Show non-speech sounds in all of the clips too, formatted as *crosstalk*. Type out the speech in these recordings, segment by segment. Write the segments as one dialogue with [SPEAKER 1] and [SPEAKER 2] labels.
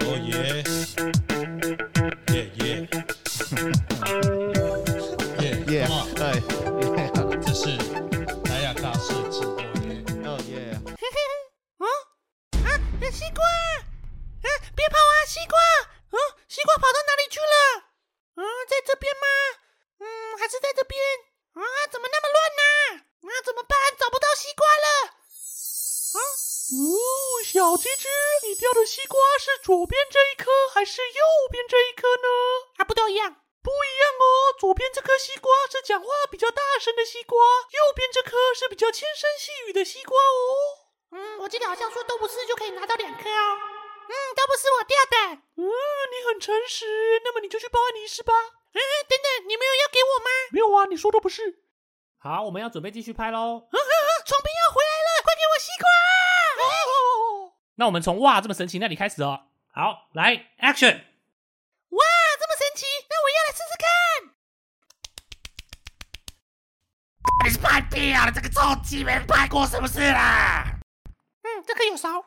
[SPEAKER 1] Oh, 耶耶 *laughs* 耶耶
[SPEAKER 2] 耶
[SPEAKER 1] 耶！哇，，
[SPEAKER 2] 对，
[SPEAKER 1] 这是莱雅大师直播耶！
[SPEAKER 2] 哦耶，
[SPEAKER 3] 啊啊！西瓜！啊，别跑啊，西瓜！啊，西瓜跑到哪里去了？啊，在这边吗？嗯，还是在这边？啊，怎么那么乱呢、啊？怎么办？找不到西瓜了！啊，哦，小鸡鸡，你掉的西瓜是左边这一颗还是右边这一颗呢？啊，不都一样？不一样哦，左边这颗西瓜是讲话比较大声的西瓜，右边这颗是比较轻声细语的西瓜哦。嗯，我记得好像说都不是就可以拿到两颗哦。嗯，都不是我掉的。嗯，你很诚实，那么你就去报案遗失吧。嗯，等等，你没有要给我吗？没有啊，你说都不是。
[SPEAKER 4] 好，我们要准备继续拍喽。
[SPEAKER 3] 啊啊啊！床边要回来了，快给我西瓜！哦，
[SPEAKER 4] 那我们从哇这么神奇那里开始哦。好，来 action！
[SPEAKER 3] 哇，这么神奇，那我要来试试看。
[SPEAKER 5] 你是叛变啊！你这个臭鸡没拍过是不是啦？
[SPEAKER 3] 嗯，这颗有勺。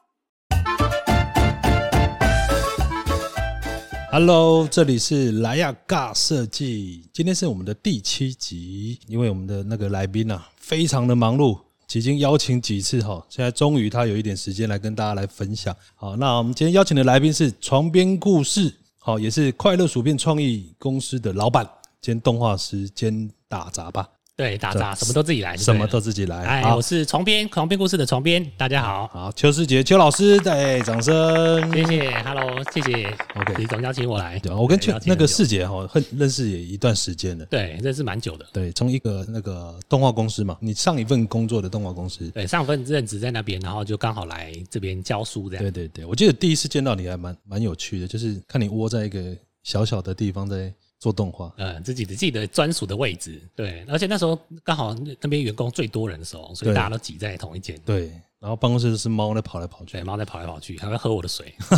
[SPEAKER 1] Hello，这里是莱雅尬设计，今天是我们的第七集，因为我们的那个来宾啊，非常的忙碌，已经邀请几次哈，现在终于他有一点时间来跟大家来分享。好，那我们今天邀请的来宾是床边故事，好，也是快乐薯片创意公司的老板兼动画师兼打杂吧，
[SPEAKER 4] 对，打
[SPEAKER 1] 这
[SPEAKER 4] 杂什么都自己来，
[SPEAKER 1] 什么
[SPEAKER 4] 对
[SPEAKER 1] 都
[SPEAKER 4] 了。
[SPEAKER 1] 自己来。
[SPEAKER 4] 哎，
[SPEAKER 1] 好
[SPEAKER 4] 我是床边床边故事的床边，大家好，
[SPEAKER 1] 好，邱世杰邱老师，哎，掌声。
[SPEAKER 4] 谢谢，Hello，谢谢
[SPEAKER 1] OK
[SPEAKER 4] 李总邀请我来
[SPEAKER 1] 对，啊我跟
[SPEAKER 4] 对哎
[SPEAKER 1] 邱
[SPEAKER 4] 邀请
[SPEAKER 1] 那
[SPEAKER 4] 很
[SPEAKER 1] 个
[SPEAKER 4] 久
[SPEAKER 1] 世杰哈，很认识也一段时间了。
[SPEAKER 4] 对，认识蛮久的，
[SPEAKER 1] 对，从一个那个动画公司嘛，你上一份工作的动画公司，
[SPEAKER 4] 对，上份任职在那边，然后就刚好来这边教书这样。
[SPEAKER 1] 对对对，我记得第一次见到你还蛮蛮有趣的，就是看你窝在一个小小的地方在做动画，
[SPEAKER 4] 呃，自己的自己的专属的位置，对，而且那时候刚好那边员工最多人的时候，所以
[SPEAKER 1] 对
[SPEAKER 4] 大家都挤在同一间，
[SPEAKER 1] 对，然后办公室是猫在跑来跑去
[SPEAKER 4] 对，。猫在跑来跑去，还会喝我的水。 *laughs*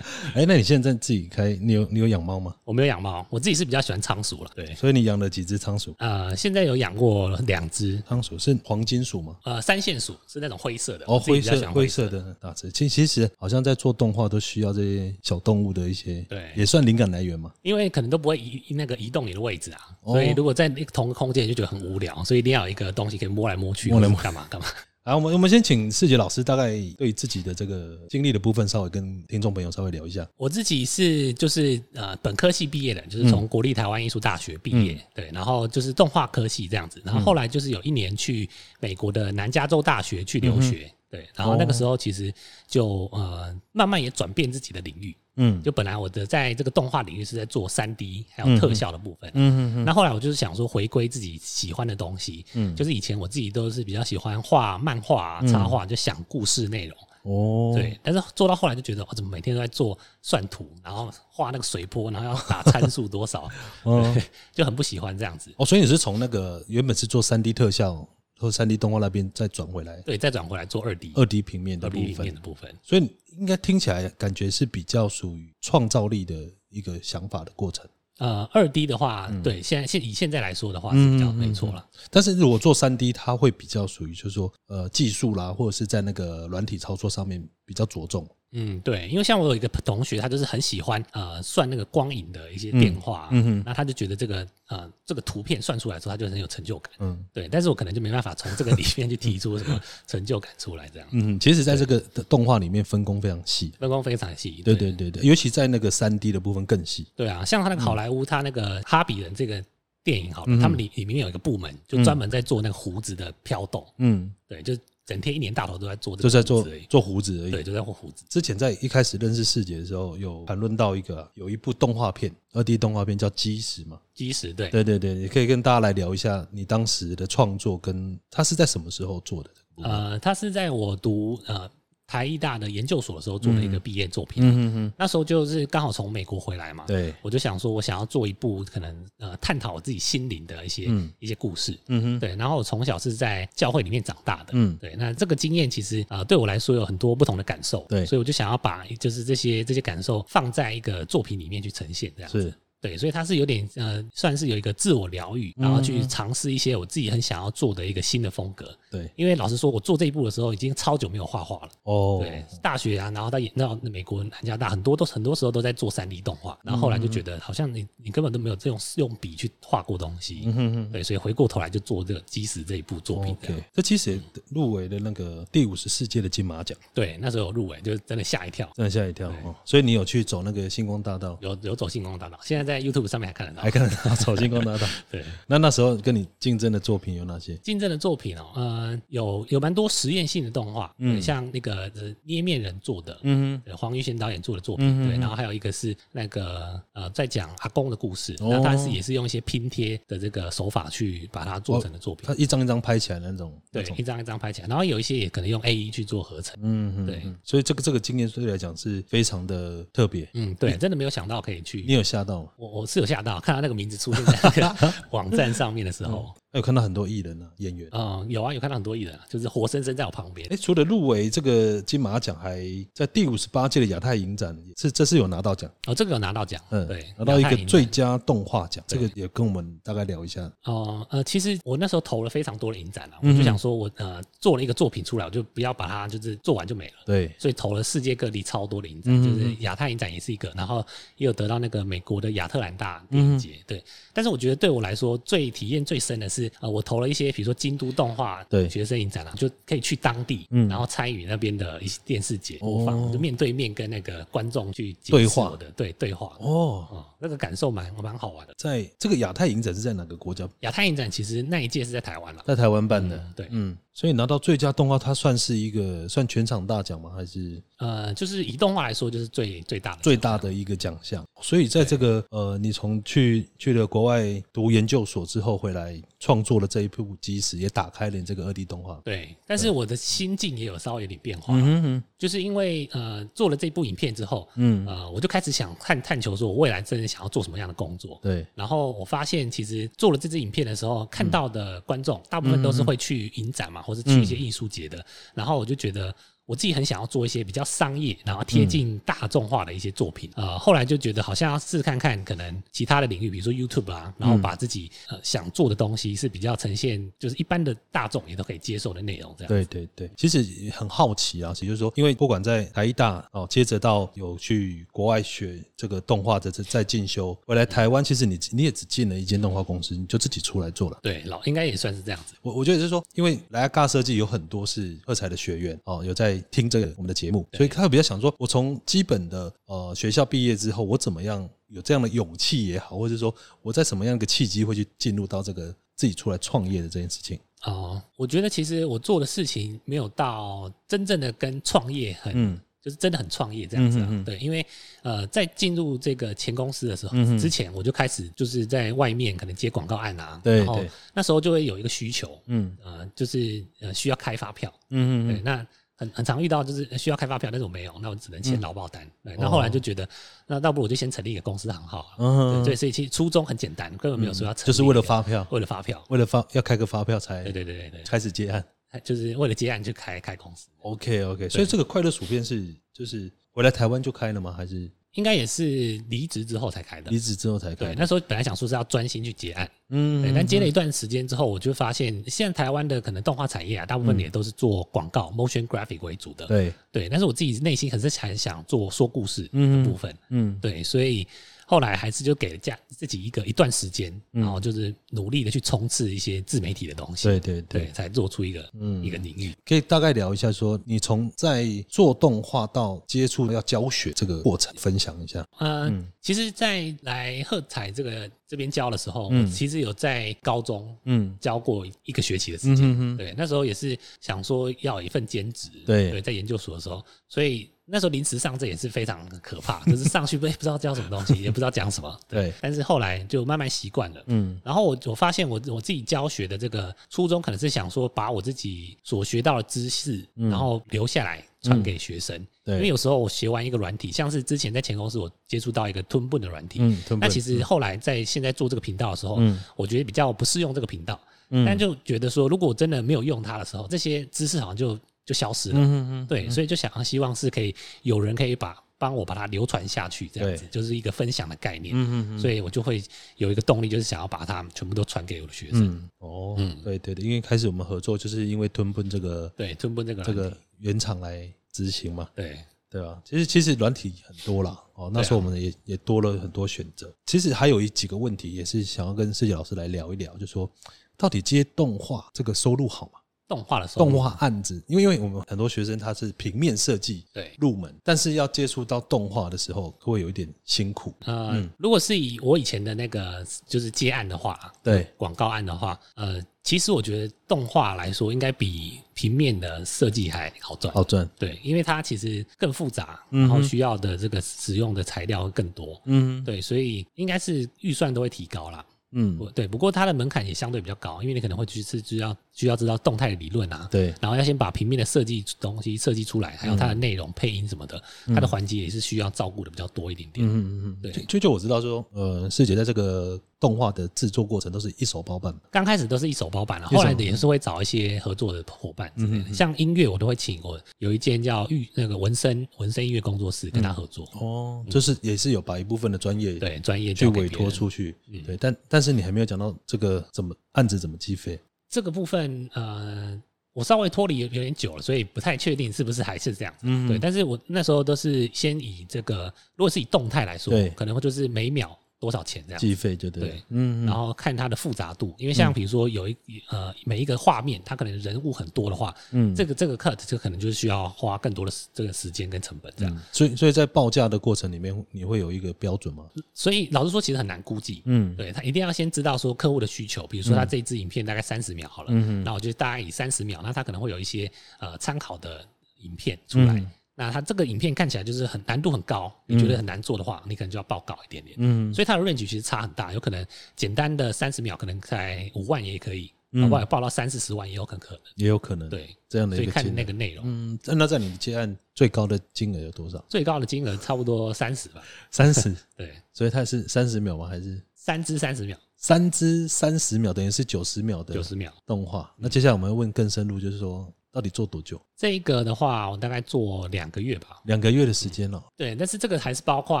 [SPEAKER 1] 哎，那你现在自己开，你有你有养猫吗？
[SPEAKER 4] 我没有养猫，我自己是比较喜欢仓鼠了，对，
[SPEAKER 1] 所以你养了几只仓鼠？
[SPEAKER 4] 呃，现在有养过两只，
[SPEAKER 1] 仓鼠是黄金鼠吗？
[SPEAKER 4] 呃，三线鼠是那种灰色的，
[SPEAKER 1] 哦，
[SPEAKER 4] 我自己
[SPEAKER 1] 灰
[SPEAKER 4] 比较喜
[SPEAKER 1] 色
[SPEAKER 4] 欢
[SPEAKER 1] 灰
[SPEAKER 4] 色
[SPEAKER 1] 色，的大只。其其实好像在做动画都需要这些小动物的一些，
[SPEAKER 4] 对
[SPEAKER 1] 也算灵感来源嘛。
[SPEAKER 4] 因为可能都不会移那个移动你的位置啊，
[SPEAKER 1] 哦
[SPEAKER 4] 所以如果在一个同个空间你就觉得很无聊，所以一定要有一个东西可以摸来摸去，
[SPEAKER 1] 摸来
[SPEAKER 4] 或是
[SPEAKER 1] 摸
[SPEAKER 4] 干嘛干嘛。
[SPEAKER 1] 好，我们我们先请世杰老师大概对自己的这个经历的部分，稍微跟听众朋友稍微聊一下。
[SPEAKER 4] 我自己是就是呃本科系毕业的，就是
[SPEAKER 1] 嗯
[SPEAKER 4] 从国立台湾艺术大学毕业，对，然后就是动画科系这样子，然
[SPEAKER 1] 嗯
[SPEAKER 4] 后后来就是有一年去美国的南加州大学
[SPEAKER 1] 嗯
[SPEAKER 4] 去留学，对，然后那个
[SPEAKER 1] 哦
[SPEAKER 4] 时候其实就呃慢慢也转变自己的领域，
[SPEAKER 1] 嗯
[SPEAKER 4] 就本来我的在这个动画领域是在做三 D 还有特效的部分，
[SPEAKER 1] 嗯嗯
[SPEAKER 4] 那后来我就是想说回归自己喜欢的东西，
[SPEAKER 1] 嗯
[SPEAKER 4] 就是以前我自己都是比较喜欢画漫画、啊、插画，就想故事内容。
[SPEAKER 1] 哦，
[SPEAKER 4] 对，但是做到后来就觉得，哦我、怎么每天都在做算图，然后画那个水波，然后要打参数
[SPEAKER 1] *laughs*
[SPEAKER 4] 多少，
[SPEAKER 1] 嗯
[SPEAKER 4] 对，就很不喜欢这样子。
[SPEAKER 1] 哦，所以你是从那个原本是做三 D 特效和三 D 动画那边再转回来
[SPEAKER 4] 对，再转回来做二 D
[SPEAKER 1] 二 D 平面的
[SPEAKER 4] 二
[SPEAKER 1] 部
[SPEAKER 4] D 平面
[SPEAKER 1] 分
[SPEAKER 4] 的，部分。
[SPEAKER 1] 所以应该听起来感觉是比较属于创造力的一个想法的过程。
[SPEAKER 4] 呃，二 D 的话，对，现在现以现在来说的话是比较
[SPEAKER 1] 嗯嗯嗯嗯
[SPEAKER 4] 没错了。
[SPEAKER 1] 但是如果做三 D，它会比较属于就是说呃技术啦，或者是在那个软体操作上面比较着重。
[SPEAKER 4] 嗯，对，因为像我有一个同学，他就是很喜欢呃算那个光影的一些变化啊，
[SPEAKER 1] 嗯哼
[SPEAKER 4] 那他就觉得这个呃这个图片算出来之后，他就很有成就感。
[SPEAKER 1] 嗯
[SPEAKER 4] 对，但是我可能就没办法从这个里面去提出什么成就感出来，这样
[SPEAKER 1] 嗯，其实在这个动画里面分工非常细。
[SPEAKER 4] 分工非常细。
[SPEAKER 1] 对对对对，尤其在那个三 D 的部分更细。
[SPEAKER 4] 对啊，像他那个好莱坞，他那个《哈比人》这个电影好了，
[SPEAKER 1] 嗯嗯哼
[SPEAKER 4] 他们里里面有一个部门，就专门在做那个胡子的飘动，
[SPEAKER 1] 嗯，
[SPEAKER 4] 对，就整天一年到头都在做这
[SPEAKER 1] 就在
[SPEAKER 4] 个胡子
[SPEAKER 1] 做
[SPEAKER 4] 而已
[SPEAKER 1] 做胡子而
[SPEAKER 4] 对，
[SPEAKER 1] 已。
[SPEAKER 4] 就在做胡子。
[SPEAKER 1] 之前在一开始认识世杰的时候，有谈论到一个啊有一部动画片，二 D 动画片叫《基石》嘛。
[SPEAKER 4] 基石对，
[SPEAKER 1] 对对对，你可以跟大家来聊一下你当时的创作，跟它是在什么时候做的这个部分？
[SPEAKER 4] 呃，他是在我读呃台艺大的研究所的时候做的一个毕业作品，
[SPEAKER 1] 嗯哼哼，
[SPEAKER 4] 那时候就是刚好从美国回来嘛，
[SPEAKER 1] 对，
[SPEAKER 4] 我就想说，我想要做一部可能呃探讨我自己心灵的一些、
[SPEAKER 1] 嗯
[SPEAKER 4] 一些故事，
[SPEAKER 1] 嗯哼，
[SPEAKER 4] 对，然后我从小是在教会里面长大的，
[SPEAKER 1] 嗯
[SPEAKER 4] 对，那这个经验其实啊、呃对我来说有很多不同的感受，
[SPEAKER 1] 对
[SPEAKER 4] 所以我就想要把就是这些这些感受放在一个作品里面去呈现，这样子
[SPEAKER 1] 是。
[SPEAKER 4] 对，所以它是有点呃，算是有一个自我疗愈，然
[SPEAKER 1] 嗯
[SPEAKER 4] 后去尝试一些我自己很想要做的一个新的风格。
[SPEAKER 1] 对，
[SPEAKER 4] 因为老实说，我做这一步的时候已经超久没有画画了。
[SPEAKER 1] 哦，
[SPEAKER 4] 对，大学啊，然后到也到美国南加大，很多都很多时候都在做三 D 动画，然后后来就觉得好像你你根本都没有这种用笔去画过东西，
[SPEAKER 1] 嗯哼哼哦
[SPEAKER 4] 对，所以回过头来就做这个基石这一部作品这样。
[SPEAKER 1] ，OK，这其实也入围了那个第五十四届的金马奖，
[SPEAKER 4] 对，那时候有入围，就是真的吓一跳，
[SPEAKER 1] 真的吓一跳
[SPEAKER 4] 对
[SPEAKER 1] 哦。所以你有去走那个星光大道，
[SPEAKER 4] 有有走星光大道，现在在 YouTube 上面还看得
[SPEAKER 1] 还
[SPEAKER 4] 到。
[SPEAKER 1] 看得到走星光
[SPEAKER 4] *laughs*
[SPEAKER 1] 大道。
[SPEAKER 4] 对，
[SPEAKER 1] 那那时候跟你竞争的作品有哪些？
[SPEAKER 4] 竞争的作品哦，呃，有有蛮多实验性的动画，
[SPEAKER 1] 嗯
[SPEAKER 4] 嗯，像那个呃捏面人做的，
[SPEAKER 1] 嗯
[SPEAKER 4] 呃黄玉贤导演做的作
[SPEAKER 1] 嗯
[SPEAKER 4] 品，
[SPEAKER 1] 哼
[SPEAKER 4] 对，
[SPEAKER 1] 嗯
[SPEAKER 4] 然后还有一个是那个呃，在讲阿公的故事，
[SPEAKER 1] 哦
[SPEAKER 4] 那他是也是用一些拼贴的这个手法去把它做成的作品
[SPEAKER 1] 它，一张一张拍起来的那种，
[SPEAKER 4] 对
[SPEAKER 1] 那，种
[SPEAKER 4] *laughs* 一张一张拍起来，然后有一些也可能用 A E 去做合成，
[SPEAKER 1] 嗯哼，
[SPEAKER 4] 对
[SPEAKER 1] 嗯所以这个这个经验对你来讲是非常的特别，
[SPEAKER 4] 嗯，对，真的没有想到可以
[SPEAKER 1] 你
[SPEAKER 4] 去，
[SPEAKER 1] 有吓到吗？
[SPEAKER 4] 我我是有吓到，看到那个名字出现在
[SPEAKER 1] *laughs*
[SPEAKER 4] 那个网站上面的时候，
[SPEAKER 1] 哎还有看到很多艺人啊，演员。
[SPEAKER 4] 嗯，有啊，有看到很多艺人啊，就是活生生在我旁边
[SPEAKER 1] 哎，，除了入围这个金马奖，还在第五十八届的亚太影展，是这是有拿到奖，
[SPEAKER 4] 哦，这个有拿到奖，
[SPEAKER 1] 嗯，
[SPEAKER 4] 对，
[SPEAKER 1] 拿到一
[SPEAKER 4] 亚太
[SPEAKER 1] 个
[SPEAKER 4] 影展
[SPEAKER 1] 最佳动画奖，这
[SPEAKER 4] 对
[SPEAKER 1] 个也跟我们大概聊一下。
[SPEAKER 4] 哦，呃，其实我那时候投了非常多的影展啊，
[SPEAKER 1] 嗯
[SPEAKER 4] 我就想说我呃做了一个作品出来，我就不要把它就是做完就没了。
[SPEAKER 1] 对，
[SPEAKER 4] 所以投了世界各地超多的影展，
[SPEAKER 1] 嗯
[SPEAKER 4] 就是亚太影展也是一个，然后也有得到那个美国的亚特兰大
[SPEAKER 1] 嗯
[SPEAKER 4] 电影节，对。但是我觉得对我来说最体验最深的是，呃，我投了一些比如说京都动画
[SPEAKER 1] 对
[SPEAKER 4] 学生影展啊，就可以去当地，
[SPEAKER 1] 嗯
[SPEAKER 4] 然后参与那边的一些电视节
[SPEAKER 1] 哦
[SPEAKER 4] 播放，就面对面跟那个观众去解释
[SPEAKER 1] 对话
[SPEAKER 4] 我的对对话，哦、
[SPEAKER 1] 哦，
[SPEAKER 4] 那个感受蛮蛮好玩的。
[SPEAKER 1] 在这个亚太影展是在哪个国家？
[SPEAKER 4] 亚太影展其实那一届是在台湾了。
[SPEAKER 1] 在台湾办的
[SPEAKER 4] 嗯，对
[SPEAKER 1] 嗯，所以拿到最佳动画，它算是一个算全场大奖吗？还是
[SPEAKER 4] 呃，就是以动画来说，就是最最大的
[SPEAKER 1] 最大的一个奖项。所以在这个呃，你从去去了国外读研究所之后回来创作了这一部基石，也打开了你这个二 D 动画。
[SPEAKER 4] 对，但是我的心境也有稍微有点变化，
[SPEAKER 1] 嗯哼
[SPEAKER 4] 就是因为呃做了这部影片之后，
[SPEAKER 1] 嗯，
[SPEAKER 4] 呃我就开始想探探求说，我未来真的想要做什么样的工作。
[SPEAKER 1] 对，
[SPEAKER 4] 然后我发现，其实做了这支影片的时候，看到的观众大部分都是会去影展
[SPEAKER 1] 嗯
[SPEAKER 4] 嘛，或是去一些艺术节的。然后我就觉得我自己很想要做一些比较商业，然后贴近大众化的一些作品。呃，后来就觉得好像要试看看，可能其他的领域，比如说 YouTube 啊，
[SPEAKER 1] 嗯
[SPEAKER 4] 然后把自己呃想做的东西是比较呈现，就是一般的大众也都可以接受的内容，这样。
[SPEAKER 1] 对对对，其实也很好奇啊，也就是说，因为不管在台艺大哦，接着到有去国外学这个动画的这在进修，回来台湾，其实你你也只进了一间动画公司，你就自己出来做了。
[SPEAKER 4] 对，老应该也算是这样子。
[SPEAKER 1] 我我觉得是说，因为莱亚尬设计有很多是二才的学员哦，有在听这个我们的节目，所以他比较想说，我从基本的呃学校毕业之后，我怎么样有这样的勇气也好，或者说我在什么样一个契机会去进入到这个自己出来创业的这件事情。
[SPEAKER 4] 哦，我觉得其实我做的事情没有到真正的跟创业很，
[SPEAKER 1] 嗯
[SPEAKER 4] 就是真的很创业这样子、啊。
[SPEAKER 1] 嗯嗯嗯
[SPEAKER 4] 对，因为呃，在进入这个前公司的时候，
[SPEAKER 1] 嗯嗯
[SPEAKER 4] 之前我就开始就是在外面可能接广告案啊，
[SPEAKER 1] 对
[SPEAKER 4] 然后
[SPEAKER 1] 对
[SPEAKER 4] 那时候就会有一个需求，
[SPEAKER 1] 嗯
[SPEAKER 4] 呃，就是呃需要开发票，
[SPEAKER 1] 嗯
[SPEAKER 4] 对，那很很常遇到就是需要开发票，但是我没有，那我只能
[SPEAKER 1] 嗯
[SPEAKER 4] 签劳报单。对，那后来就觉得，那倒不如我就先成立一个公司行号啊。
[SPEAKER 1] 嗯
[SPEAKER 4] 对，对，所以其实初衷很简单，根本没有说要成立一
[SPEAKER 1] 就
[SPEAKER 4] 个、
[SPEAKER 1] 是为了发票，
[SPEAKER 4] 为了发票。
[SPEAKER 1] 为了发要开个发票才
[SPEAKER 4] 对对对对对，
[SPEAKER 1] 开始接案。
[SPEAKER 4] 就是为了接案去开开公司，
[SPEAKER 1] OK OK，所以这个快乐薯片是就是回来台湾就开了吗？还是
[SPEAKER 4] 应该也是离职之后才开的
[SPEAKER 1] 离。职之后才开
[SPEAKER 4] 对，？那时候本来想说是要专心去接案，
[SPEAKER 1] 嗯
[SPEAKER 4] 对，但接了一段时间之后，我就发现现在台湾的可能动画产业啊，大部分也都是做广告、motion graphic 为主的，
[SPEAKER 1] 嗯对，
[SPEAKER 4] 对。但是我自己内心还是很想做说故事的部分，
[SPEAKER 1] 嗯
[SPEAKER 4] 对，所以后来还是就给了家自己一个一段时间，
[SPEAKER 1] 嗯
[SPEAKER 4] 然后就是努力的去冲刺一些自媒体的东西，
[SPEAKER 1] 对对对嗯
[SPEAKER 4] 对，。才做出一个一个领域。
[SPEAKER 1] 可以大概聊一下说，你从在做动画到接触要教学这个过程，分享一下。
[SPEAKER 4] 嗯，其实，在来喝彩这个这边教的时候，
[SPEAKER 1] 嗯
[SPEAKER 4] 我其实有在高中
[SPEAKER 1] 嗯
[SPEAKER 4] 教过一个学期的时
[SPEAKER 1] 嗯
[SPEAKER 4] 间。
[SPEAKER 1] 哼哼，
[SPEAKER 4] 对，那时候也是想说要有一份兼职。
[SPEAKER 1] 对
[SPEAKER 4] 对，在研究所的时候，所以那时候临时上这也是非常可怕，就是上去不不知道教什么东西，也不知道讲什么。
[SPEAKER 1] 对，
[SPEAKER 4] 但是后来就慢慢习惯了。
[SPEAKER 1] 嗯
[SPEAKER 4] 然后我我发现我我自己教学的这个初衷，可能是想说把我自己所学到的知识，
[SPEAKER 1] 嗯
[SPEAKER 4] 然后留下来传给学生。
[SPEAKER 1] 对
[SPEAKER 4] 因为有时候我学完一个软体，像是之前在前公司我接触到一个吞笨的软体，
[SPEAKER 1] 嗯，吞
[SPEAKER 4] 那
[SPEAKER 1] 本
[SPEAKER 4] 其实后来在现在做这个频道的时候，
[SPEAKER 1] 嗯
[SPEAKER 4] 我觉得比较不适用这个频道，
[SPEAKER 1] 嗯
[SPEAKER 4] 但就觉得说，如果我真的没有用它的时候，这些知识好像就就消失了。
[SPEAKER 1] 嗯嗯嗯，
[SPEAKER 4] 对，所以就想要希望是可以有人可以把帮我把它流传下去，这样子
[SPEAKER 1] 对
[SPEAKER 4] 就是一个分享的概念。
[SPEAKER 1] 嗯嗯
[SPEAKER 4] 所以我就会有一个动力，就是想要把它全部都传给我的学生。
[SPEAKER 1] 嗯，哦，对对对，因为开始我们合作就是因为吞奔这个
[SPEAKER 4] 对，吞不那个
[SPEAKER 1] 这
[SPEAKER 4] 软
[SPEAKER 1] 个
[SPEAKER 4] 体
[SPEAKER 1] 原厂来执行嘛，
[SPEAKER 4] 对
[SPEAKER 1] 对啊，其实其实软体很多啦，哦，那时候我们也、也多了很多选择。其实还有一几个问题，也是想要跟世杰老师来聊一聊，就说到底接动画这个收入好吗？
[SPEAKER 4] 动画的时候，
[SPEAKER 1] 动画案子，因为因为我们很多学生他是平面设计
[SPEAKER 4] 对
[SPEAKER 1] 入门，但是要接触到动画的时候，会有一点辛苦。
[SPEAKER 4] 呃，
[SPEAKER 1] 嗯
[SPEAKER 4] 如果是以我以前的那个就是接案的话，
[SPEAKER 1] 对
[SPEAKER 4] 广告案的话，呃，其实我觉得动画来说，应该比平面的设计还好赚。
[SPEAKER 1] 好赚，
[SPEAKER 4] 对，因为它其实更复杂，
[SPEAKER 1] 嗯
[SPEAKER 4] 然
[SPEAKER 1] 哼
[SPEAKER 4] 后需要的这个使用的材料更多。
[SPEAKER 1] 嗯
[SPEAKER 4] 对，所以应该是预算都会提高啦。
[SPEAKER 1] 嗯，
[SPEAKER 4] 我对，不过它的门槛也相对比较高，因为你可能会去是需要需要知道动态理论啊，
[SPEAKER 1] 对，
[SPEAKER 4] 然后要先把平面的设计东西设计出来，还有
[SPEAKER 1] 嗯
[SPEAKER 4] 它的内容、配音什么的，它的环节也是需要照顾的比较多一点点。
[SPEAKER 1] 嗯嗯嗯，
[SPEAKER 4] 对
[SPEAKER 1] 就就就我知道说，呃，世杰在这个动画的制作过程都是一手包办的，
[SPEAKER 4] 刚开始都是一手包办了，
[SPEAKER 1] 一手嗯
[SPEAKER 4] 后来也是会找一些合作的伙伴之类的。像音乐，我都会请我有一间叫玉那个纹身纹身音乐工作室跟他合作，
[SPEAKER 1] 哦，就是也是有把一部分的专业
[SPEAKER 4] 对专业
[SPEAKER 1] 去
[SPEAKER 4] 交给
[SPEAKER 1] 委
[SPEAKER 4] 别
[SPEAKER 1] 托
[SPEAKER 4] 人嗯
[SPEAKER 1] 出去，对，但但是你还没有讲到这个怎么案子怎么计费，
[SPEAKER 4] 这个部分，呃，我稍微脱离有有点久了，所以不太确定是不是还是这样子。
[SPEAKER 1] 嗯
[SPEAKER 4] 对，但是我那时候都是先以这个，如果是以动态来说
[SPEAKER 1] 对，
[SPEAKER 4] 可能就是每秒多少钱这样子
[SPEAKER 1] 计费就对了
[SPEAKER 4] 对，
[SPEAKER 1] 嗯，
[SPEAKER 4] 然后看它的复杂度，因为像比如说有一呃每一个画面，它可能人物很多的话，
[SPEAKER 1] 嗯
[SPEAKER 4] 这个这个 cut 就可能就是需要花更多的时这个时间跟成本这样。
[SPEAKER 1] 所以所以在报价的过程里面，你会有一个标准吗？
[SPEAKER 4] 所以老实说，其实很难估计。
[SPEAKER 1] 嗯
[SPEAKER 4] 对他一定要先知道说客户的需求，比如说他这一支影片大概三十秒好了，
[SPEAKER 1] 嗯
[SPEAKER 4] 那我就大概以三十秒，那他可能会有一些呃参考的影片出来。
[SPEAKER 1] 嗯
[SPEAKER 4] 那他这个影片看起来就是很难度很高，你觉得很难做的话，你可能就要报告一点点。
[SPEAKER 1] 嗯
[SPEAKER 4] 所以它的 range 其实差很大，有可能简单的三十秒可能才五万也可以，
[SPEAKER 1] 嗯
[SPEAKER 4] 好不好？报到三四十万也有可能可能。
[SPEAKER 1] 也有可能，
[SPEAKER 4] 对，
[SPEAKER 1] 这样的
[SPEAKER 4] 所
[SPEAKER 1] 一嗯
[SPEAKER 4] 以
[SPEAKER 1] 个
[SPEAKER 4] 看你
[SPEAKER 1] 金
[SPEAKER 4] 那
[SPEAKER 1] 额，
[SPEAKER 4] 个内容，
[SPEAKER 1] 嗯，那在你接案最高的金额有多少？
[SPEAKER 4] 最高的金额差不多三十吧。
[SPEAKER 1] 三十，
[SPEAKER 4] 对，
[SPEAKER 1] *laughs* 所以它是三十秒吗？还是
[SPEAKER 4] 三支三十秒，
[SPEAKER 1] 三支三十秒，等于是九十秒的
[SPEAKER 4] 九十嗯秒。
[SPEAKER 1] 动画？那接下来我们要问更深入，就是说到底做多久？
[SPEAKER 4] 这一个的话，我大概做两个月吧。
[SPEAKER 1] 两个月的时间了。哦
[SPEAKER 4] 对，但是这个还是包括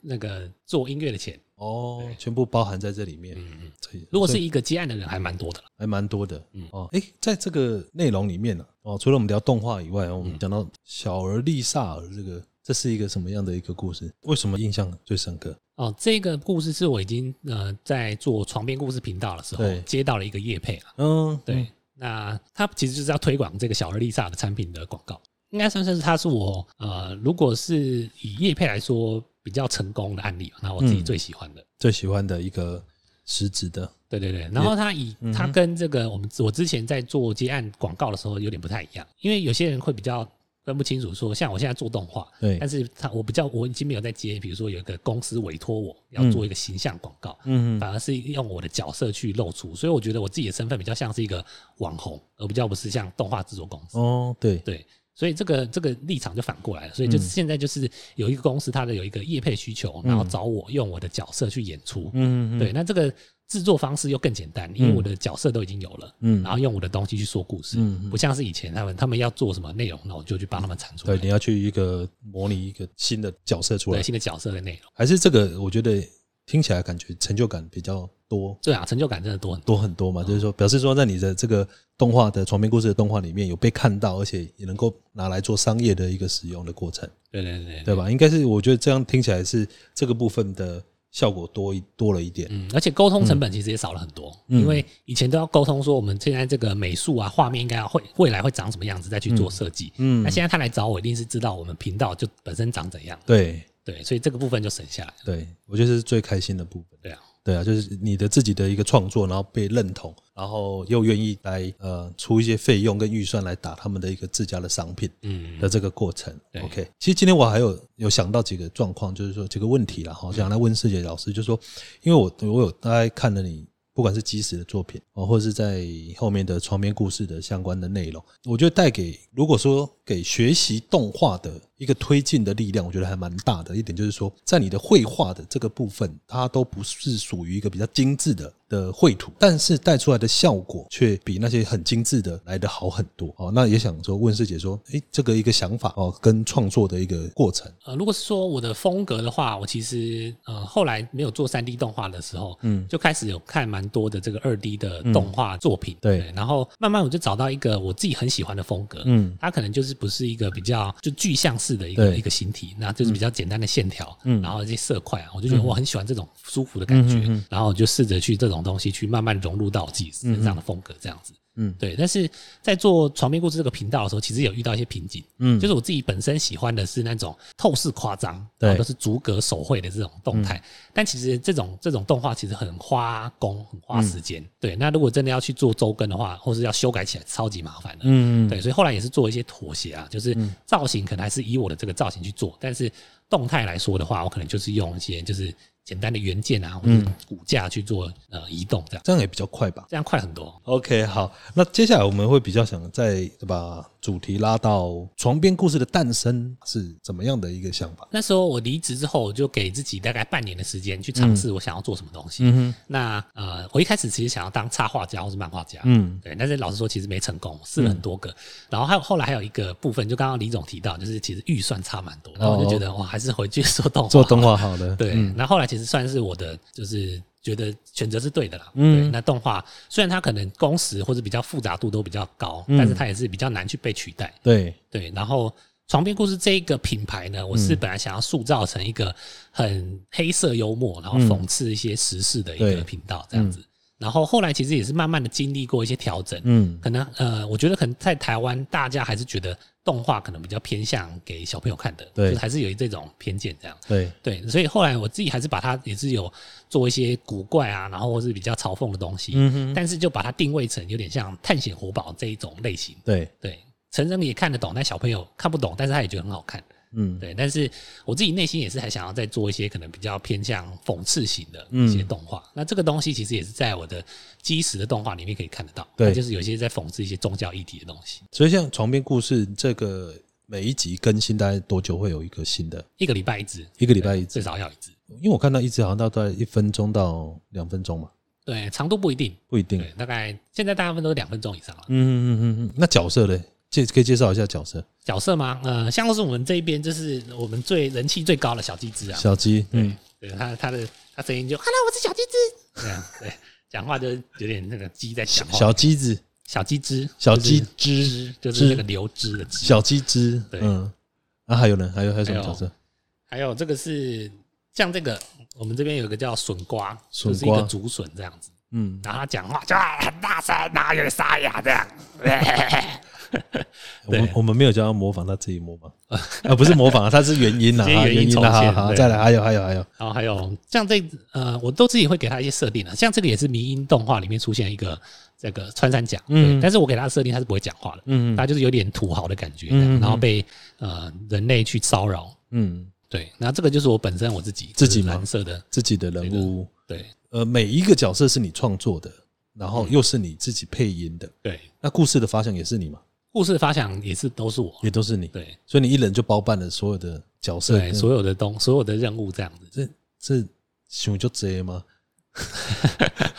[SPEAKER 4] 那个做音乐的钱。
[SPEAKER 1] 哦，全部包含在这里面。
[SPEAKER 4] 嗯嗯，
[SPEAKER 1] 所以
[SPEAKER 4] 如果
[SPEAKER 1] 所
[SPEAKER 4] 是
[SPEAKER 1] 以
[SPEAKER 4] 一个接案的人，还蛮多的啦。
[SPEAKER 1] 还蛮多的，
[SPEAKER 4] 嗯
[SPEAKER 1] 哦，诶，在这个内容里面呢、哦，除了我们聊动画以外，
[SPEAKER 4] 嗯
[SPEAKER 1] 我们讲到小儿丽萨尔这个，这是一个什么样的一个故事？为什么印象最深刻？
[SPEAKER 4] 哦，这个故事是我已经呃在做床边故事频道的时候
[SPEAKER 1] 对
[SPEAKER 4] 接到了一个业配啊。
[SPEAKER 1] 嗯，
[SPEAKER 4] 对，那他其实就是要推广这个小而丽萨的产品的广告，应该算是他是我呃，如果是以业配来说比较成功的案例吧，啊那我自己
[SPEAKER 1] 嗯
[SPEAKER 4] 最喜欢的。
[SPEAKER 1] 最喜欢的一个实质的，
[SPEAKER 4] 对对对，然后它以
[SPEAKER 1] 嗯哼
[SPEAKER 4] 它跟这个我们我之前在做接案广告的时候有点不太一样，因为有些人会比较分不清楚说，像我现在做动画，
[SPEAKER 1] 对
[SPEAKER 4] 但是他我比较我已经没有在接，比如说有一个公司委托我要做一个形象广告，
[SPEAKER 1] 嗯
[SPEAKER 4] 反而是用我的角色去露出，所以我觉得我自己的身份比较像是一个网红，而比较不是像动画制作公司。
[SPEAKER 1] 哦，对，
[SPEAKER 4] 对，所以这个这个立场就反过来了，所以就是现在就是有一个公司，它的有一个业配需求，然后找我用我的角色去演出，
[SPEAKER 1] 嗯，
[SPEAKER 4] 对，那这个制作方式又更简单，因为我的角色都已经有了，
[SPEAKER 1] 嗯
[SPEAKER 4] 然后用我的东西去说故事，
[SPEAKER 1] 嗯嗯
[SPEAKER 4] 不像是以前他们他们要做什么内容，那我就去帮他们产出
[SPEAKER 1] 对，你要去一个模拟一个新的角色出来
[SPEAKER 4] 对，新的角色的内容。
[SPEAKER 1] 还是这个？我觉得听起来感觉成就感比较多，
[SPEAKER 4] 对啊，成就感真的多很多。
[SPEAKER 1] 多很多嘛，就是说表示说在你的这个动画的床边故事的动画里面有被看到，而且也能够拿来做商业的一个使用的过程，
[SPEAKER 4] 对对对
[SPEAKER 1] 对吧？应该是我觉得这样听起来是这个部分的效果多一多了一点，
[SPEAKER 4] 嗯，而且沟通成本其实也少了很多，
[SPEAKER 1] 嗯
[SPEAKER 4] 因为以前都要沟通说我们现在这个美术啊、画面应该要会未来会长什么样子再去做设计。
[SPEAKER 1] 嗯
[SPEAKER 4] 那现在他来找我，一定是知道我们频道就本身长怎样，
[SPEAKER 1] 对
[SPEAKER 4] 对，所以这个部分就省下来了。
[SPEAKER 1] 对，我觉得这是最开心的部分。
[SPEAKER 4] 对啊，
[SPEAKER 1] 对啊，就是你的自己的一个创作，然后被认同，然后又愿意来呃出一些费用跟预算来打他们的一个自家的商品
[SPEAKER 4] 嗯，
[SPEAKER 1] 的这个过程。
[SPEAKER 4] 对
[SPEAKER 1] OK，其实今天我还有有想到几个状况，就是说几个问题啦，哈，想来问世杰老师，就是说，因为我我有大概看了你。不管是即时的作品哦，或者是在后面的床边故事的相关的内容，我觉得带给如果说给学习动画的一一个推进的力量，我觉得还蛮大的。一点就是说，在你的绘画的这个部分，它都不是属于一个比较精致的的绘图，但是带出来的效果却比那些很精致的来的好很多。哦，那也想说问师姐说，诶，这个一个想法哦，跟创作的一个过程，
[SPEAKER 4] 呃，如果是说我的风格的话，我其实呃后来没有做三 D 动画的时候，
[SPEAKER 1] 嗯
[SPEAKER 4] 嗯，就开始有看蛮多的这个二 D 的动画作品，
[SPEAKER 1] 对
[SPEAKER 4] 然后慢慢我就找到一个我自己很喜欢的风格，
[SPEAKER 1] 嗯
[SPEAKER 4] 嗯，它可能就是不是一个比较就具象式的一个
[SPEAKER 1] 对
[SPEAKER 4] 一个形体，那就是比较简单的线条，
[SPEAKER 1] 嗯
[SPEAKER 4] 嗯，然后这些色块啊，我就觉得我很喜欢这种舒服的感觉，
[SPEAKER 1] 嗯哼嗯
[SPEAKER 4] 然后我就试着去这种东西去慢慢融入到我自己身上的风格这样子，
[SPEAKER 1] 嗯
[SPEAKER 4] 对，但是在做床边故事这个频道的时候，其实有遇到一些瓶颈，
[SPEAKER 1] 嗯
[SPEAKER 4] 就是我自己本身喜欢的是那种透视夸张，
[SPEAKER 1] 对嗯
[SPEAKER 4] 然后都是逐格手绘的这种动态。但其实这种这种动画其实很花工，很
[SPEAKER 1] 嗯
[SPEAKER 4] 花时间。对，那如果真的要去做周更的话，或是要修改起来，超级麻烦的。
[SPEAKER 1] 嗯
[SPEAKER 4] 对，所以后来也是做一些妥协啊，就是造型可能还是以我的这个造型去做，但是动态来说的话，我可能就是用一些就是简单的元件啊，或者是
[SPEAKER 1] 嗯
[SPEAKER 4] 骨架去做呃移动这样，
[SPEAKER 1] 这样也比较快吧。
[SPEAKER 4] 这样快很多。
[SPEAKER 1] OK，好，那接下来我们会比较想再把主题拉到床边故事的诞生是怎么样的一个想法？
[SPEAKER 4] 那时候我离职之后，我就给自己大概半年的时间去尝试我想要做什么东
[SPEAKER 1] 嗯
[SPEAKER 4] 西。
[SPEAKER 1] 嗯哼，
[SPEAKER 4] 那呃，我一开始其实想要当插画家或是漫画家，
[SPEAKER 1] 嗯
[SPEAKER 4] 对，但是老实说，其实没成功，试了很多个。然后还有后来还有一个部分，就刚刚李总提到，就是其实预算差蛮多，然后我就觉得、哇，还是回去 *laughs* 做动画，
[SPEAKER 1] 哦做动画。好了，
[SPEAKER 4] 对，
[SPEAKER 1] 嗯
[SPEAKER 4] 那后来其实算是我的，就是觉得选择是对的啦。
[SPEAKER 1] 嗯
[SPEAKER 4] 对，那动画虽然它可能工时或者比较复杂度都比较高，
[SPEAKER 1] 嗯
[SPEAKER 4] 但是它也是比较难去被取代。
[SPEAKER 1] 对，
[SPEAKER 4] 对，然后床边故事这一个品牌呢，我
[SPEAKER 1] 嗯
[SPEAKER 4] 是本来想要塑造成一个很黑色幽默，然后讽刺一些时事的一
[SPEAKER 1] 嗯对嗯
[SPEAKER 4] 个频道这样子。然后后来其实也是慢慢的经历过一些调整，
[SPEAKER 1] 嗯
[SPEAKER 4] 可能呃，我觉得可能在台湾大家还是觉得动画可能比较偏向给小朋友看的，
[SPEAKER 1] 对
[SPEAKER 4] 就是还是有这种偏见这样。
[SPEAKER 1] 对，
[SPEAKER 4] 对，所以后来我自己还是把它也是有做一些古怪啊，然后或是比较嘲讽的东西，
[SPEAKER 1] 嗯哼，
[SPEAKER 4] 但是就把它定位成有点像探险活宝这一种类型。
[SPEAKER 1] 对，
[SPEAKER 4] 对，成人也看得懂，但小朋友看不懂，但是他也觉得很好看。
[SPEAKER 1] 嗯
[SPEAKER 4] 对，但是我自己内心也是还想要再做一些可能比较偏向讽刺型的
[SPEAKER 1] 嗯
[SPEAKER 4] 一些动画。那这个东西其实也是在我的基石的动画里面可以看得到，
[SPEAKER 1] 对
[SPEAKER 4] 它就是有一些在讽刺一些宗教议题的东西。
[SPEAKER 1] 所以像床边故事这个每一集更新，大概多久会有一个新的？
[SPEAKER 4] 一个礼拜一只，
[SPEAKER 1] 一个礼拜一
[SPEAKER 4] 最
[SPEAKER 1] 次，
[SPEAKER 4] 少要一只。
[SPEAKER 1] 因为我看到一直好像到大概一分钟到两分钟嘛，
[SPEAKER 4] 对，长度不一定，
[SPEAKER 1] 不一定。
[SPEAKER 4] 对，大概现在大部分都是两分钟以上了。
[SPEAKER 1] 嗯嗯嗯嗯，那角色嘞，介可以介绍一下角色，
[SPEAKER 4] 角色吗？呃，像是我们这一边就是我们最人气最高的小鸡只啊，
[SPEAKER 1] 小鸡，嗯，
[SPEAKER 4] 对他他的他声音就 “hello，我是小鸡只”， *laughs* 这样对，讲话就是有点那个鸡在讲话，
[SPEAKER 1] 小鸡子，
[SPEAKER 4] 小鸡只，
[SPEAKER 1] 小鸡
[SPEAKER 4] 就是
[SPEAKER 1] 汁
[SPEAKER 4] 就是那个流汁的汁。
[SPEAKER 1] 小鸡汁，
[SPEAKER 4] 对
[SPEAKER 1] 嗯，啊，还有呢，还有还有什么
[SPEAKER 4] 还
[SPEAKER 1] 角
[SPEAKER 4] 有
[SPEAKER 1] 色？
[SPEAKER 4] 还有这个是像这个，我们这边有一个叫笋瓜，
[SPEAKER 1] 笋
[SPEAKER 4] 就是一
[SPEAKER 1] 瓜
[SPEAKER 4] 个竹笋这样子，
[SPEAKER 1] 嗯，
[SPEAKER 4] 然后他讲话就
[SPEAKER 5] 就很大声，然后有点沙哑这样。
[SPEAKER 1] 我们
[SPEAKER 4] 对
[SPEAKER 1] 我们没有叫他模仿，他自己模仿啊，不是模仿啊，他是原音啊，
[SPEAKER 4] 直接
[SPEAKER 1] 啊
[SPEAKER 4] 原
[SPEAKER 1] 原
[SPEAKER 4] 音
[SPEAKER 1] 音
[SPEAKER 4] 重
[SPEAKER 1] 啊，好
[SPEAKER 4] 现
[SPEAKER 1] 好，
[SPEAKER 4] 对
[SPEAKER 1] 再来，还有还有还有，
[SPEAKER 4] *laughs* 然后还有像这呃，我都自己会给他一些设定啊，像这个也是迷音动画里面出现一个这个穿山甲，
[SPEAKER 1] 嗯
[SPEAKER 4] 嗯，但是我给他的设定他是不会讲话的，
[SPEAKER 1] 嗯
[SPEAKER 4] 他就是有点土豪的感觉，
[SPEAKER 1] 嗯嗯嗯
[SPEAKER 4] 然后被呃人类去骚扰，
[SPEAKER 1] 嗯，
[SPEAKER 4] 对，那这个就是我本身我自己
[SPEAKER 1] 自己
[SPEAKER 4] 就是
[SPEAKER 1] 吗
[SPEAKER 4] 蓝色的，
[SPEAKER 1] 自己的人物，
[SPEAKER 4] 对
[SPEAKER 1] 呃，每一个角色是你创作的，然
[SPEAKER 4] 嗯
[SPEAKER 1] 后又是你自己配音的，
[SPEAKER 4] 对，
[SPEAKER 1] 那故事的发想也是你嘛，
[SPEAKER 4] 故事发想也是都是我，
[SPEAKER 1] 也都是你，
[SPEAKER 4] 对
[SPEAKER 1] 所以你一人就包办了所有的角色
[SPEAKER 4] 对，
[SPEAKER 1] 跟，
[SPEAKER 4] 所有的东所有的任务这样子。
[SPEAKER 1] 这这熊就这吗？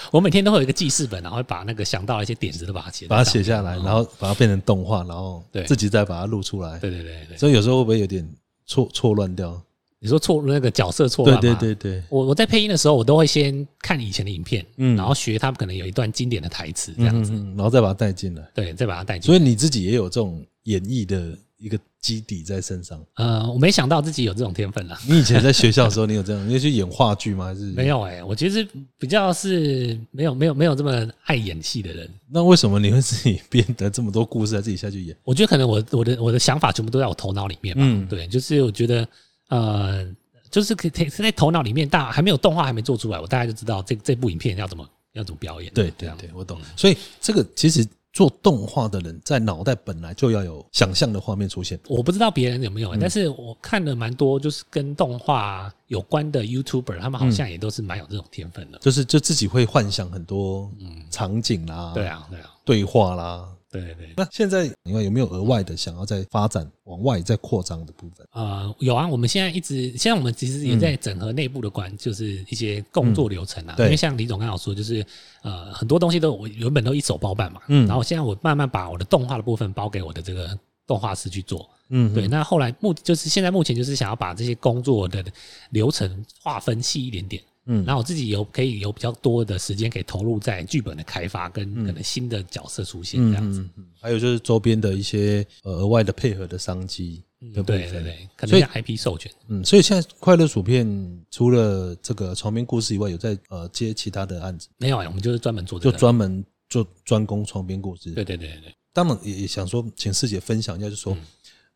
[SPEAKER 4] 我每天都会有一个记事本，然后会把那个想到的一些点子都把它写在嗯
[SPEAKER 1] 把它
[SPEAKER 4] 上
[SPEAKER 1] 写
[SPEAKER 4] 面
[SPEAKER 1] 下来，然后把它变成动画，然后
[SPEAKER 4] 对
[SPEAKER 1] 自己再把它录出来，
[SPEAKER 4] 对对对对，
[SPEAKER 1] 所以有时候会不会有点错错乱掉？
[SPEAKER 4] 你说错那个角色错
[SPEAKER 1] 对
[SPEAKER 4] 乱吗
[SPEAKER 1] 对对对，
[SPEAKER 4] 我我在配音的时候，我都会先看以前的影片，
[SPEAKER 1] 嗯
[SPEAKER 4] 然后学他们可能有一段经典的台词这
[SPEAKER 1] 嗯
[SPEAKER 4] 样
[SPEAKER 1] 嗯
[SPEAKER 4] 子，
[SPEAKER 1] 嗯，然后再把它带进来。
[SPEAKER 4] 对，再把它带进。
[SPEAKER 1] 所
[SPEAKER 4] 来。
[SPEAKER 1] 以你自己也有这种演绎的一个基底在身上。
[SPEAKER 4] 呃，我没想到自己有这种天分啊啦。
[SPEAKER 1] 你以前在学校的时候，你有这样，你有去演话剧吗？还是
[SPEAKER 4] 没？有哎、我其实比较是没有没有没有这么爱演戏的人。
[SPEAKER 1] 那为什么你会自己编得这么多故事，还自己下去演？
[SPEAKER 4] 我觉得可能我我的我的想法全部都在我头脑里面吧。
[SPEAKER 1] 嗯
[SPEAKER 4] 对，就是我觉得呃，就是可以可以在头脑里面，大还没有动画还没做出来，我大概就知道这这部影片要怎么要怎么表演。
[SPEAKER 1] 对
[SPEAKER 4] 这
[SPEAKER 1] 对
[SPEAKER 4] 样
[SPEAKER 1] 对，我懂。所以这个其实做动画的人，在脑袋本来就要有想象的画面出现。
[SPEAKER 4] 我不知道别人有没
[SPEAKER 1] 嗯
[SPEAKER 4] 有、但是我看了蛮多，就是跟动画有关的 YouTuber，他们好
[SPEAKER 1] 嗯
[SPEAKER 4] 像也都是蛮有这种天分的。
[SPEAKER 1] 就是就自己会幻想很多场景啦，
[SPEAKER 4] 嗯对，啊，对啊，
[SPEAKER 1] 对话啦，
[SPEAKER 4] 对对，
[SPEAKER 1] 那现在你们有没有额外的想要再发展往外再扩张的部分？
[SPEAKER 4] 呃，有啊，我们现在一直，现在我们其实
[SPEAKER 1] 嗯
[SPEAKER 4] 也在整合内部的关，就是一些工作流程啊。
[SPEAKER 1] 对
[SPEAKER 4] 因为像李总刚好说，就是呃，很多东西都我原本都一手包办嘛，
[SPEAKER 1] 嗯
[SPEAKER 4] 然后现在我慢慢把我的动画的部分包给我的这个动画师去做。
[SPEAKER 1] 嗯
[SPEAKER 4] 对，，那后来目就是现在目前就是想要把这些工作的流程划分细一点点，
[SPEAKER 1] 嗯
[SPEAKER 4] 然后我自己有可以有比较多的时间可以投入在剧本的开发跟可能新的角色出现这样子。
[SPEAKER 1] 嗯嗯，还有就是周边的一些呃额外的配合的商机的部
[SPEAKER 4] 嗯对
[SPEAKER 1] 分。
[SPEAKER 4] 对对，可
[SPEAKER 1] 所
[SPEAKER 4] 能
[SPEAKER 1] 以
[SPEAKER 4] 像 IP 授权。
[SPEAKER 1] 嗯，所以现在快乐薯片除了这个床边故事以外，有在呃接其他的案子，
[SPEAKER 4] 没有、欸，我们就是专门做这
[SPEAKER 1] 就
[SPEAKER 4] 个。
[SPEAKER 1] 专门就专攻床边故事。
[SPEAKER 4] 对，对对对对，
[SPEAKER 1] 当然也也想说，请师姐分享一下，就是说，
[SPEAKER 4] 嗯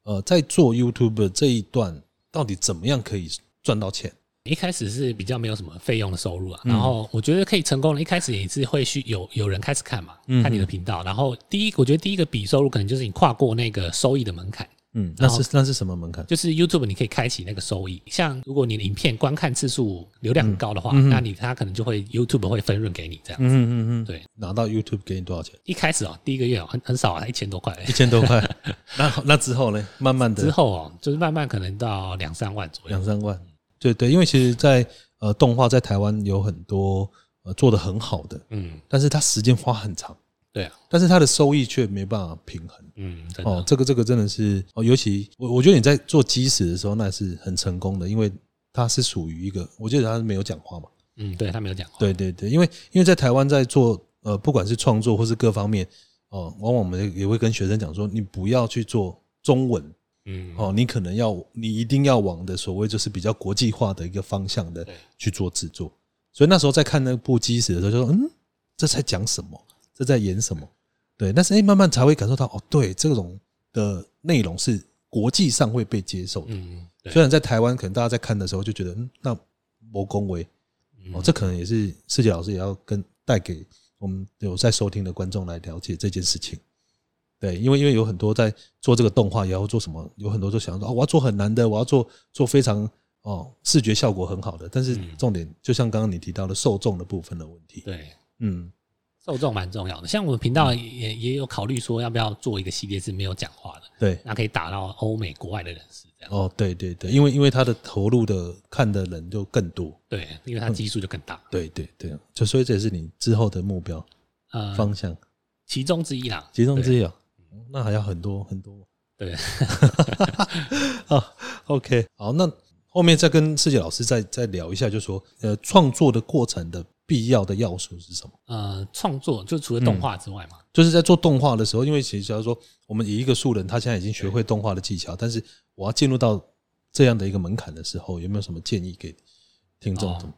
[SPEAKER 1] 呃，在做 YouTube 这一段到底怎么样可以赚到钱？
[SPEAKER 4] 一开始是比较没有什么费用的收入啊，
[SPEAKER 1] 嗯
[SPEAKER 4] 然后我觉得可以成功的，一开始也是会去有有人开始看嘛，
[SPEAKER 1] 嗯
[SPEAKER 4] 看你的频道，然后第一，我觉得第一个比收入可能就是你跨过那个收益的门槛。
[SPEAKER 1] 嗯，那
[SPEAKER 4] 然后
[SPEAKER 1] 是那是什么门槛？
[SPEAKER 4] 就是 YouTube 你可以开启那个收益，像如果你的影片观看次数流量很高的话，
[SPEAKER 1] 嗯嗯
[SPEAKER 4] 那你它可能就会 YouTube 会分润给你这样。
[SPEAKER 1] 嗯嗯嗯，
[SPEAKER 4] 对，
[SPEAKER 1] 拿到 YouTube 给你多少钱？
[SPEAKER 4] 一开始哦，第一个月哦很很少啊，一千多块。
[SPEAKER 1] 一千多块。
[SPEAKER 4] *laughs*
[SPEAKER 1] 那那之后呢？慢慢的
[SPEAKER 4] 之后哦，就是慢慢可能到两三万左右
[SPEAKER 1] 两。三万，对对，因为其实在，呃动画在台湾有很多呃做的很好的，
[SPEAKER 4] 嗯，
[SPEAKER 1] 但是它时间花很长，
[SPEAKER 4] 对啊，
[SPEAKER 1] 但是它的收益却没办法平衡。
[SPEAKER 4] 嗯，真的。
[SPEAKER 1] 哦，这个这个真的是哦，尤其我我觉得你在做基石的时候，那是很成功的，因为它是属于一个，我记得它是没有讲话嘛。
[SPEAKER 4] 嗯，对他没有讲话。
[SPEAKER 1] 对对对，因为因为在台湾在做呃，不管是创作或是各方面哦，往往我们也会跟学生讲说，你不要去做中文
[SPEAKER 4] 嗯，
[SPEAKER 1] 哦，你可能要你一定要往的所谓就是比较国际化的一个方向的
[SPEAKER 4] 对
[SPEAKER 1] 去做制作。所以那时候在看那部《基石》的时候，就说嗯，这在讲什么？这在演什么？对，但是哎、诶慢慢才会感受到哦，对，这种的内容是国际上会被接受的。
[SPEAKER 4] 嗯，对
[SPEAKER 1] 虽然在台湾可能大家在看的时候就觉得嗯，那谋恭维
[SPEAKER 4] 嗯
[SPEAKER 1] 哦，这可能也是世界老师也要跟带给我们有在收听的观众来了解这件事情。对，因为因为有很多在做这个动画，也要做什么，有很多就想说啊，我要做很难的，我要做做非常哦视觉效果很好的，但是
[SPEAKER 4] 嗯
[SPEAKER 1] 重点就像刚刚你提到的受众的部分的问题。
[SPEAKER 4] 对
[SPEAKER 1] 嗯
[SPEAKER 4] 受众蛮重要的。像我们频道也也有考虑说，要不要做一个系列是没有讲话的，
[SPEAKER 1] 对，
[SPEAKER 4] 那可以打到欧美国外的人士这样。
[SPEAKER 1] 哦，对对对，因为因为他的投入的看的人就更多。
[SPEAKER 4] 对，因为它基数就更大。
[SPEAKER 1] 对对对，就所以这也是你之后的目标
[SPEAKER 4] 呃，
[SPEAKER 1] 方向，
[SPEAKER 4] 其中之一啦，
[SPEAKER 1] 嗯其中之
[SPEAKER 4] 一。
[SPEAKER 1] 一啊，哦那还要很多很多。
[SPEAKER 4] 对，
[SPEAKER 1] *laughs* 啊，OK，好，那后面再跟世界老师再再聊一下，就说呃，创作的过程的必要的要素是什么？
[SPEAKER 4] 呃，创作就除了动画之外嘛，
[SPEAKER 1] 就是在做动画的时候，因为其实假如说我们以一个素人，他现在已经学会动画的技巧，但是我要进入到这样的一个门槛的时候，有没有什么建议给听众
[SPEAKER 4] 哦？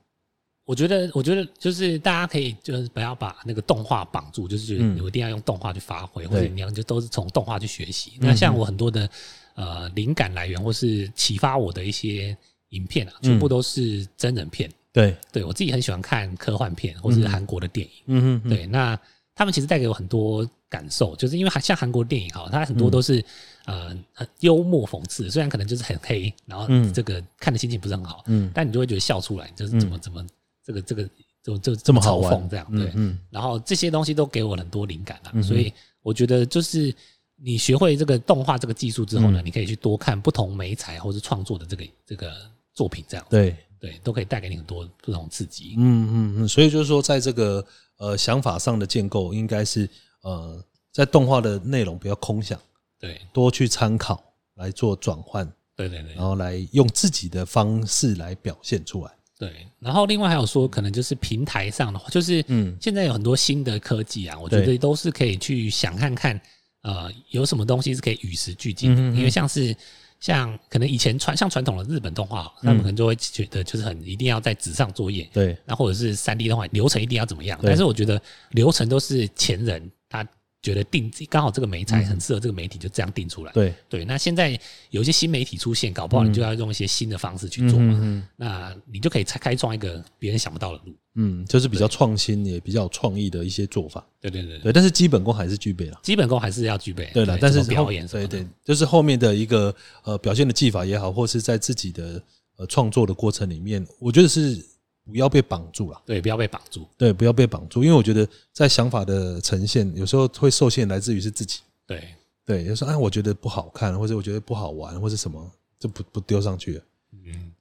[SPEAKER 4] 我觉得，我觉得就是大家可以就是不要把那个动画绑住，就是
[SPEAKER 1] 嗯
[SPEAKER 4] 你一定要用动画去发挥，或者
[SPEAKER 1] 对嗯
[SPEAKER 4] 你要就都是从动画去学习。那像我很多的呃灵感来源或是启发我的一些影片
[SPEAKER 1] 嗯
[SPEAKER 4] 啊，全部都是真人片。
[SPEAKER 1] 对，
[SPEAKER 4] 对我自己很喜欢看科幻片或是韩国的电影。
[SPEAKER 1] 嗯嗯，
[SPEAKER 4] 对，那他们其实带给我很多感受，就是因为像韩国电影哈，它
[SPEAKER 1] 嗯
[SPEAKER 4] 很多都是、呃很幽默讽刺，虽然可能就是很黑，然后
[SPEAKER 1] 嗯
[SPEAKER 4] 这个看的心情不是很好，
[SPEAKER 1] 嗯，
[SPEAKER 4] 但你就会觉得笑出来，就是怎么、怎么这个这个就就
[SPEAKER 1] 这么好
[SPEAKER 4] 嘲
[SPEAKER 1] 玩
[SPEAKER 4] 讽，这样对。
[SPEAKER 1] 嗯嗯
[SPEAKER 4] 然后这些东西都给我很多灵感啊，
[SPEAKER 1] 嗯哼
[SPEAKER 4] 所以我觉得就是你学会这个动画这个技术之
[SPEAKER 1] 嗯
[SPEAKER 4] 后呢，你可以去多看不同媒材或是创作的这个这个作品，这样
[SPEAKER 1] 对，
[SPEAKER 4] 对都可以带给你很多不同刺激。
[SPEAKER 1] 嗯嗯嗯，所以就是说，在这个呃想法上的建构，应该是呃在动画的内容不要空想，
[SPEAKER 4] 对
[SPEAKER 1] 多去参考来做转换。
[SPEAKER 4] 对对对
[SPEAKER 1] 然，后来用自己的方式来表现出来。
[SPEAKER 4] 对，然后另外还有说，可能就是平台上的话，就是
[SPEAKER 1] 嗯
[SPEAKER 4] 嗯，现在有很多新的科技啊，我觉
[SPEAKER 1] 对
[SPEAKER 4] 得都是可以去想看看，呃，有什么东西是可以与时俱进的。
[SPEAKER 1] 嗯嗯嗯
[SPEAKER 4] 因为像是像可能以前传像传统的日本动画，他们可能就会觉得就是很一定要在纸上作业，
[SPEAKER 1] 嗯对，
[SPEAKER 4] 那或者是三 D 动画流程一定要怎么样。
[SPEAKER 1] 对
[SPEAKER 4] 但是我觉得流程都是前人他觉得定刚好这个媒
[SPEAKER 1] 嗯
[SPEAKER 4] 材很适合这个媒体，就这样定出来。
[SPEAKER 1] 对，
[SPEAKER 4] 对，那现在有一些新媒体出现，搞不好你就要用一些新的方式去做嘛。
[SPEAKER 1] 嗯
[SPEAKER 4] 那你就可以开开创一个别人想不到的路。
[SPEAKER 1] 嗯，就是比较创新，也比较有创意的一些做法。
[SPEAKER 4] 对对对，
[SPEAKER 1] 对，但是基本功还是具备了。
[SPEAKER 4] 基本功还是要具备。
[SPEAKER 1] 对了，但是
[SPEAKER 4] 怎么
[SPEAKER 1] 后
[SPEAKER 4] 表演什
[SPEAKER 1] 对
[SPEAKER 4] 么的
[SPEAKER 1] 对，就是后面的一个呃表现的技法也好，或是在自己的呃创作的过程里面，我觉得是不要被绑住了。
[SPEAKER 4] 对，不要被绑住。
[SPEAKER 1] 对，不要被绑住，因为我觉得在想法的呈现，有时候会受限来自于是自己。
[SPEAKER 4] 对，
[SPEAKER 1] 对，有时候哎，我觉得不好看，或者我觉得不好玩，或者什么，就不不丢上去了。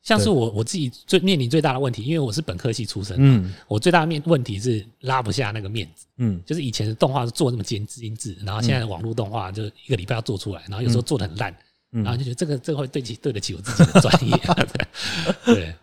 [SPEAKER 4] 像是我我自己最面临最大的问题，因为我是本科系出身，
[SPEAKER 1] 嗯
[SPEAKER 4] 我最大的面问题是拉不下那个面子。
[SPEAKER 1] 嗯
[SPEAKER 4] 就是以前的动画是做那么精精致，然后现在的网络动画就一个礼拜要做出来，然后有时候做的很烂，
[SPEAKER 1] 嗯
[SPEAKER 4] 然后就觉得这个这个会对起对得起我自己
[SPEAKER 1] *laughs*
[SPEAKER 4] 的专业，对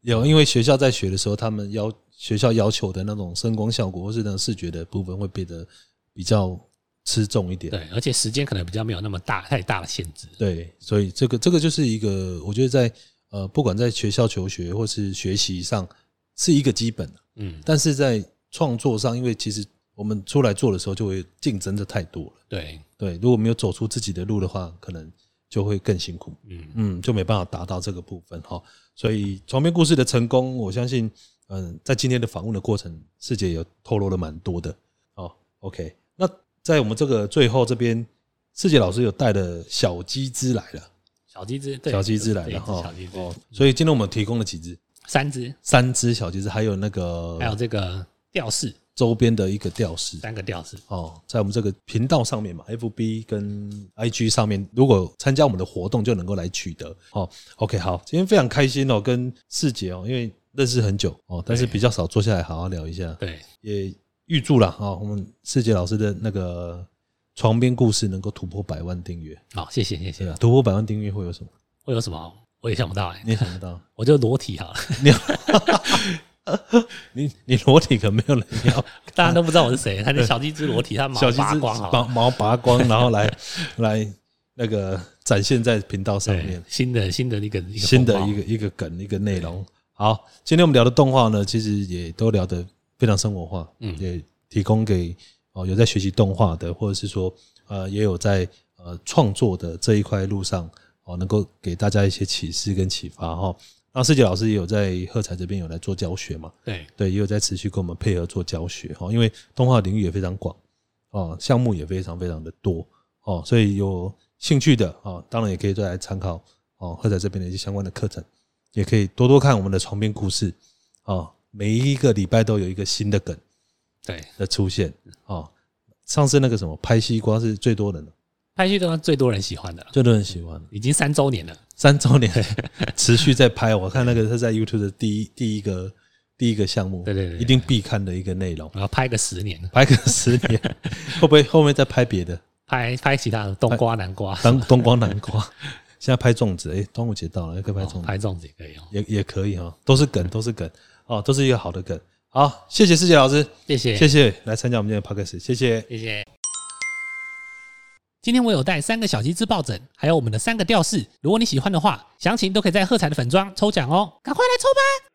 [SPEAKER 1] 有，因为学校在学的时候，他们要学校要求的那种声光效果或是那种视觉的部分会变得比较吃重一点。
[SPEAKER 4] 对，而且时间可能比较没有那么大太大的限制，
[SPEAKER 1] 对，所以这个这个就是一个，我觉得在呃，不管在学校求学或是学习上是一个基本，
[SPEAKER 4] 嗯，
[SPEAKER 1] 但是在创作上，因为其实我们出来做的时候就会竞争的太多了。
[SPEAKER 4] 对，
[SPEAKER 1] 对，如果没有走出自己的路的话，可能就会更辛苦。
[SPEAKER 4] 嗯，
[SPEAKER 1] 嗯，就没办法达到这个部分哈。所以床边故事的成功，我相信，嗯，在今天的访问的过程，世姐也透露了蛮多的。哦，OK，那在我们这个最后这边，世姐老师有带了小鸡只来了，
[SPEAKER 4] 小鸡只，对
[SPEAKER 1] 小鸡只来
[SPEAKER 4] 对
[SPEAKER 1] 了哈。
[SPEAKER 4] 小鸡只，
[SPEAKER 1] 哦，所以今天我们提供了几只，
[SPEAKER 4] 三只，
[SPEAKER 1] 三只小鸡只，还有那个
[SPEAKER 4] 还有这个吊饰，
[SPEAKER 1] 周边的一个吊饰。
[SPEAKER 4] 三个吊饰，
[SPEAKER 1] 哦，在我们这个频道上面嘛，FB 跟 IG 上面，如果参加我们的活动就能够来取得。哦，OK，好，今天非常开心哦，跟世杰哦，因为认识很久哦，但是比较少坐下来好好聊一下，
[SPEAKER 4] 对，
[SPEAKER 1] 也预祝了啊、哦，我们世杰老师的那个床边故事能够突破百万订阅，
[SPEAKER 4] 好，谢谢谢
[SPEAKER 1] 对
[SPEAKER 4] 谢
[SPEAKER 1] 啊，，突破百万订阅会有什么？
[SPEAKER 4] 会有什么我也想不到哎
[SPEAKER 1] 你，也想不
[SPEAKER 4] *laughs*
[SPEAKER 1] 到，
[SPEAKER 4] 我就裸体好了，
[SPEAKER 1] 你你裸体可没有人
[SPEAKER 4] *laughs*
[SPEAKER 1] 要，
[SPEAKER 4] 大家都不知道我是
[SPEAKER 1] *laughs*
[SPEAKER 4] 谁，他的小鸡只裸体，他毛
[SPEAKER 1] 小鸡
[SPEAKER 4] 拔
[SPEAKER 1] 子
[SPEAKER 4] 光好啊
[SPEAKER 1] 毛
[SPEAKER 4] 了，
[SPEAKER 1] 毛拔光，然后来 *laughs* 来那个展现在频道上面
[SPEAKER 4] 对。，新的新的一个一个
[SPEAKER 1] 新的
[SPEAKER 4] 风貌
[SPEAKER 1] 一个一个梗一个内容。好，今天我们聊的动画呢，其实也都聊得非常生活化，
[SPEAKER 4] 嗯
[SPEAKER 1] 也提供给哦有在学习动画的，或者是说呃也有在呃创作的这一块路上哦，能够给大家一些启示跟启发哈、那世杰老师也有在喝彩这边有来做教学嘛，
[SPEAKER 4] 对。
[SPEAKER 1] 对，也有在持续跟我们配合做教学哦哈，因为动画领域也非常广哦，项目也非常非常的多哦，所以有兴趣的哦，当然也可以再来参考哦，或者这边的一些相关的课程，也可以多多看我们的床边故事哦，每一个礼拜都有一个新的梗
[SPEAKER 4] 对，
[SPEAKER 1] 的出现哦。上次那个什么拍西瓜是最多人的，
[SPEAKER 4] 拍戏都是最多人喜欢的了，
[SPEAKER 1] 最多人喜欢，
[SPEAKER 4] 已经三周年了。
[SPEAKER 1] 三周年持续在拍，我看那个是在 YouTube 的第一第一个第一个项目，
[SPEAKER 4] 对对对
[SPEAKER 1] 一定必看的一个内容。
[SPEAKER 4] 然后拍个十年，
[SPEAKER 1] 拍个十年，
[SPEAKER 4] *laughs*
[SPEAKER 1] 会不会后面再拍别的？
[SPEAKER 4] 拍拍其他的冬瓜、南瓜，哦
[SPEAKER 1] 当冬瓜、南
[SPEAKER 4] *laughs*
[SPEAKER 1] 瓜，现在拍粽子，哎、端午节到了，可以拍粽
[SPEAKER 4] 哦
[SPEAKER 1] 子，
[SPEAKER 4] 拍粽子也可以哦。
[SPEAKER 1] 也也可以哈、都是梗，都是梗，哦，都是一个好的梗。好，谢谢世杰老师，
[SPEAKER 4] 谢谢，
[SPEAKER 1] 谢谢来参加我们今天的 podcast，谢谢。
[SPEAKER 4] 谢谢。今天我有带三个小鸡织抱枕，还有我们的三个吊饰。如果你喜欢的话，详情都可以在喝彩的粉装抽奖哦。
[SPEAKER 3] 赶快来抽吧！